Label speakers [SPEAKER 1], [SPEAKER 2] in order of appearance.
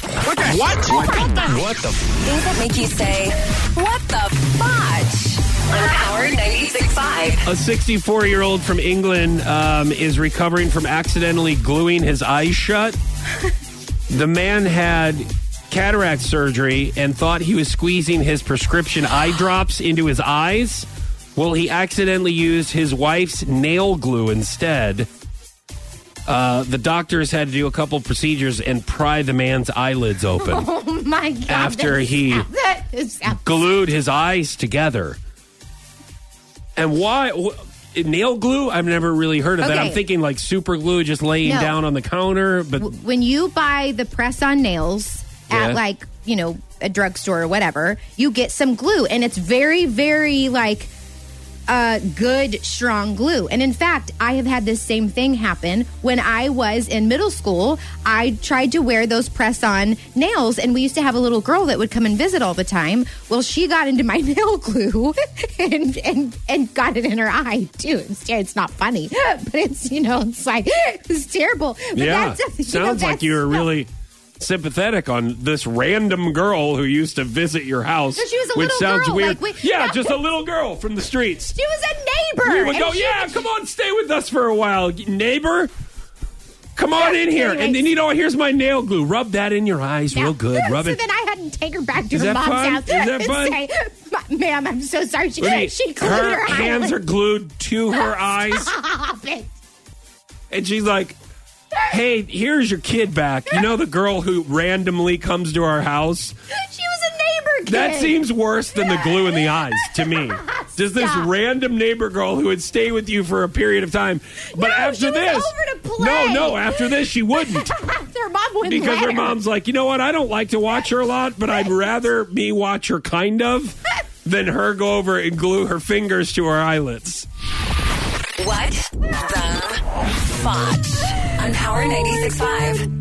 [SPEAKER 1] What? What the? What the?
[SPEAKER 2] Things that make you say, what the fudge? On Power 96.5.
[SPEAKER 3] A 64 year old from England um, is recovering from accidentally gluing his eyes shut. the man had cataract surgery and thought he was squeezing his prescription eye drops into his eyes. Well, he accidentally used his wife's nail glue instead. Uh, the doctors had to do a couple procedures and pry the man's eyelids open.
[SPEAKER 4] Oh my god.
[SPEAKER 3] After
[SPEAKER 4] that-
[SPEAKER 3] he-
[SPEAKER 4] that is
[SPEAKER 3] glued his eyes together. And why wh- nail glue? I've never really heard of that.
[SPEAKER 4] Okay.
[SPEAKER 3] I'm thinking like super glue, just laying
[SPEAKER 4] No.
[SPEAKER 3] down on the counter. But
[SPEAKER 4] when you buy the press on nails
[SPEAKER 3] Yeah.
[SPEAKER 4] at like, you know, a drugstore or whatever, you get some glue and it's very, very like uh, good, strong glue. And in fact, I have had this same thing happen when I was in middle school. I tried to wear those press on nails, and we used to have a little girl that would come and visit all the time. Well, she got into my nail glue and, and, and got it in her eye, too. It's, ter- it's not funny, but it's, you know, it's like, it's terrible. But
[SPEAKER 3] yeah,
[SPEAKER 4] that's- you know,
[SPEAKER 3] sounds like
[SPEAKER 4] that's-
[SPEAKER 3] you're really sympathetic on this random girl who used to visit your house.
[SPEAKER 4] No, she was a
[SPEAKER 3] which
[SPEAKER 4] little
[SPEAKER 3] sounds
[SPEAKER 4] girl,
[SPEAKER 3] weird.
[SPEAKER 4] like, we-
[SPEAKER 3] yeah, just a little girl from the streets.
[SPEAKER 4] She was a neighbor.
[SPEAKER 3] We would
[SPEAKER 4] and
[SPEAKER 3] go,
[SPEAKER 4] she-
[SPEAKER 3] yeah, come on, stay with us for a while, neighbor. Come on in here, and then
[SPEAKER 4] Anyways.
[SPEAKER 3] you know, here's my nail glue. Rub that in your eyes,
[SPEAKER 4] Yeah.
[SPEAKER 3] real good. Rub
[SPEAKER 4] so
[SPEAKER 3] it.
[SPEAKER 4] then I had to take her back to
[SPEAKER 3] Is
[SPEAKER 4] her
[SPEAKER 3] that
[SPEAKER 4] mom's
[SPEAKER 3] fun?
[SPEAKER 4] house
[SPEAKER 3] Is that
[SPEAKER 4] and
[SPEAKER 3] fun?
[SPEAKER 4] say, "Ma- "Ma'am, I'm so sorry." She,
[SPEAKER 3] Let me-
[SPEAKER 4] she glued
[SPEAKER 3] her,
[SPEAKER 4] her,
[SPEAKER 3] hands
[SPEAKER 4] eyelid.
[SPEAKER 3] are glued to her eyes,
[SPEAKER 4] Stop it.
[SPEAKER 3] and she's like, "Hey, here's your kid back. You know the girl who randomly comes to our house.
[SPEAKER 4] She was a neighbor kid.
[SPEAKER 3] That seems worse than the glue in the eyes to me. Does this
[SPEAKER 4] Stop.
[SPEAKER 3] random neighbor girl who would stay with you for a period of time, but
[SPEAKER 4] No,
[SPEAKER 3] after
[SPEAKER 4] she was
[SPEAKER 3] this,
[SPEAKER 4] over to
[SPEAKER 3] no,
[SPEAKER 4] play.
[SPEAKER 3] no, after this she wouldn't."
[SPEAKER 4] her mom wouldn't
[SPEAKER 3] Because her
[SPEAKER 4] let her.
[SPEAKER 3] mom's like, you know what? I don't like to watch her a lot, but I'd rather me watch her kind of than her go over and glue her fingers to her eyelids.
[SPEAKER 2] What the fudge? On Power 96.5.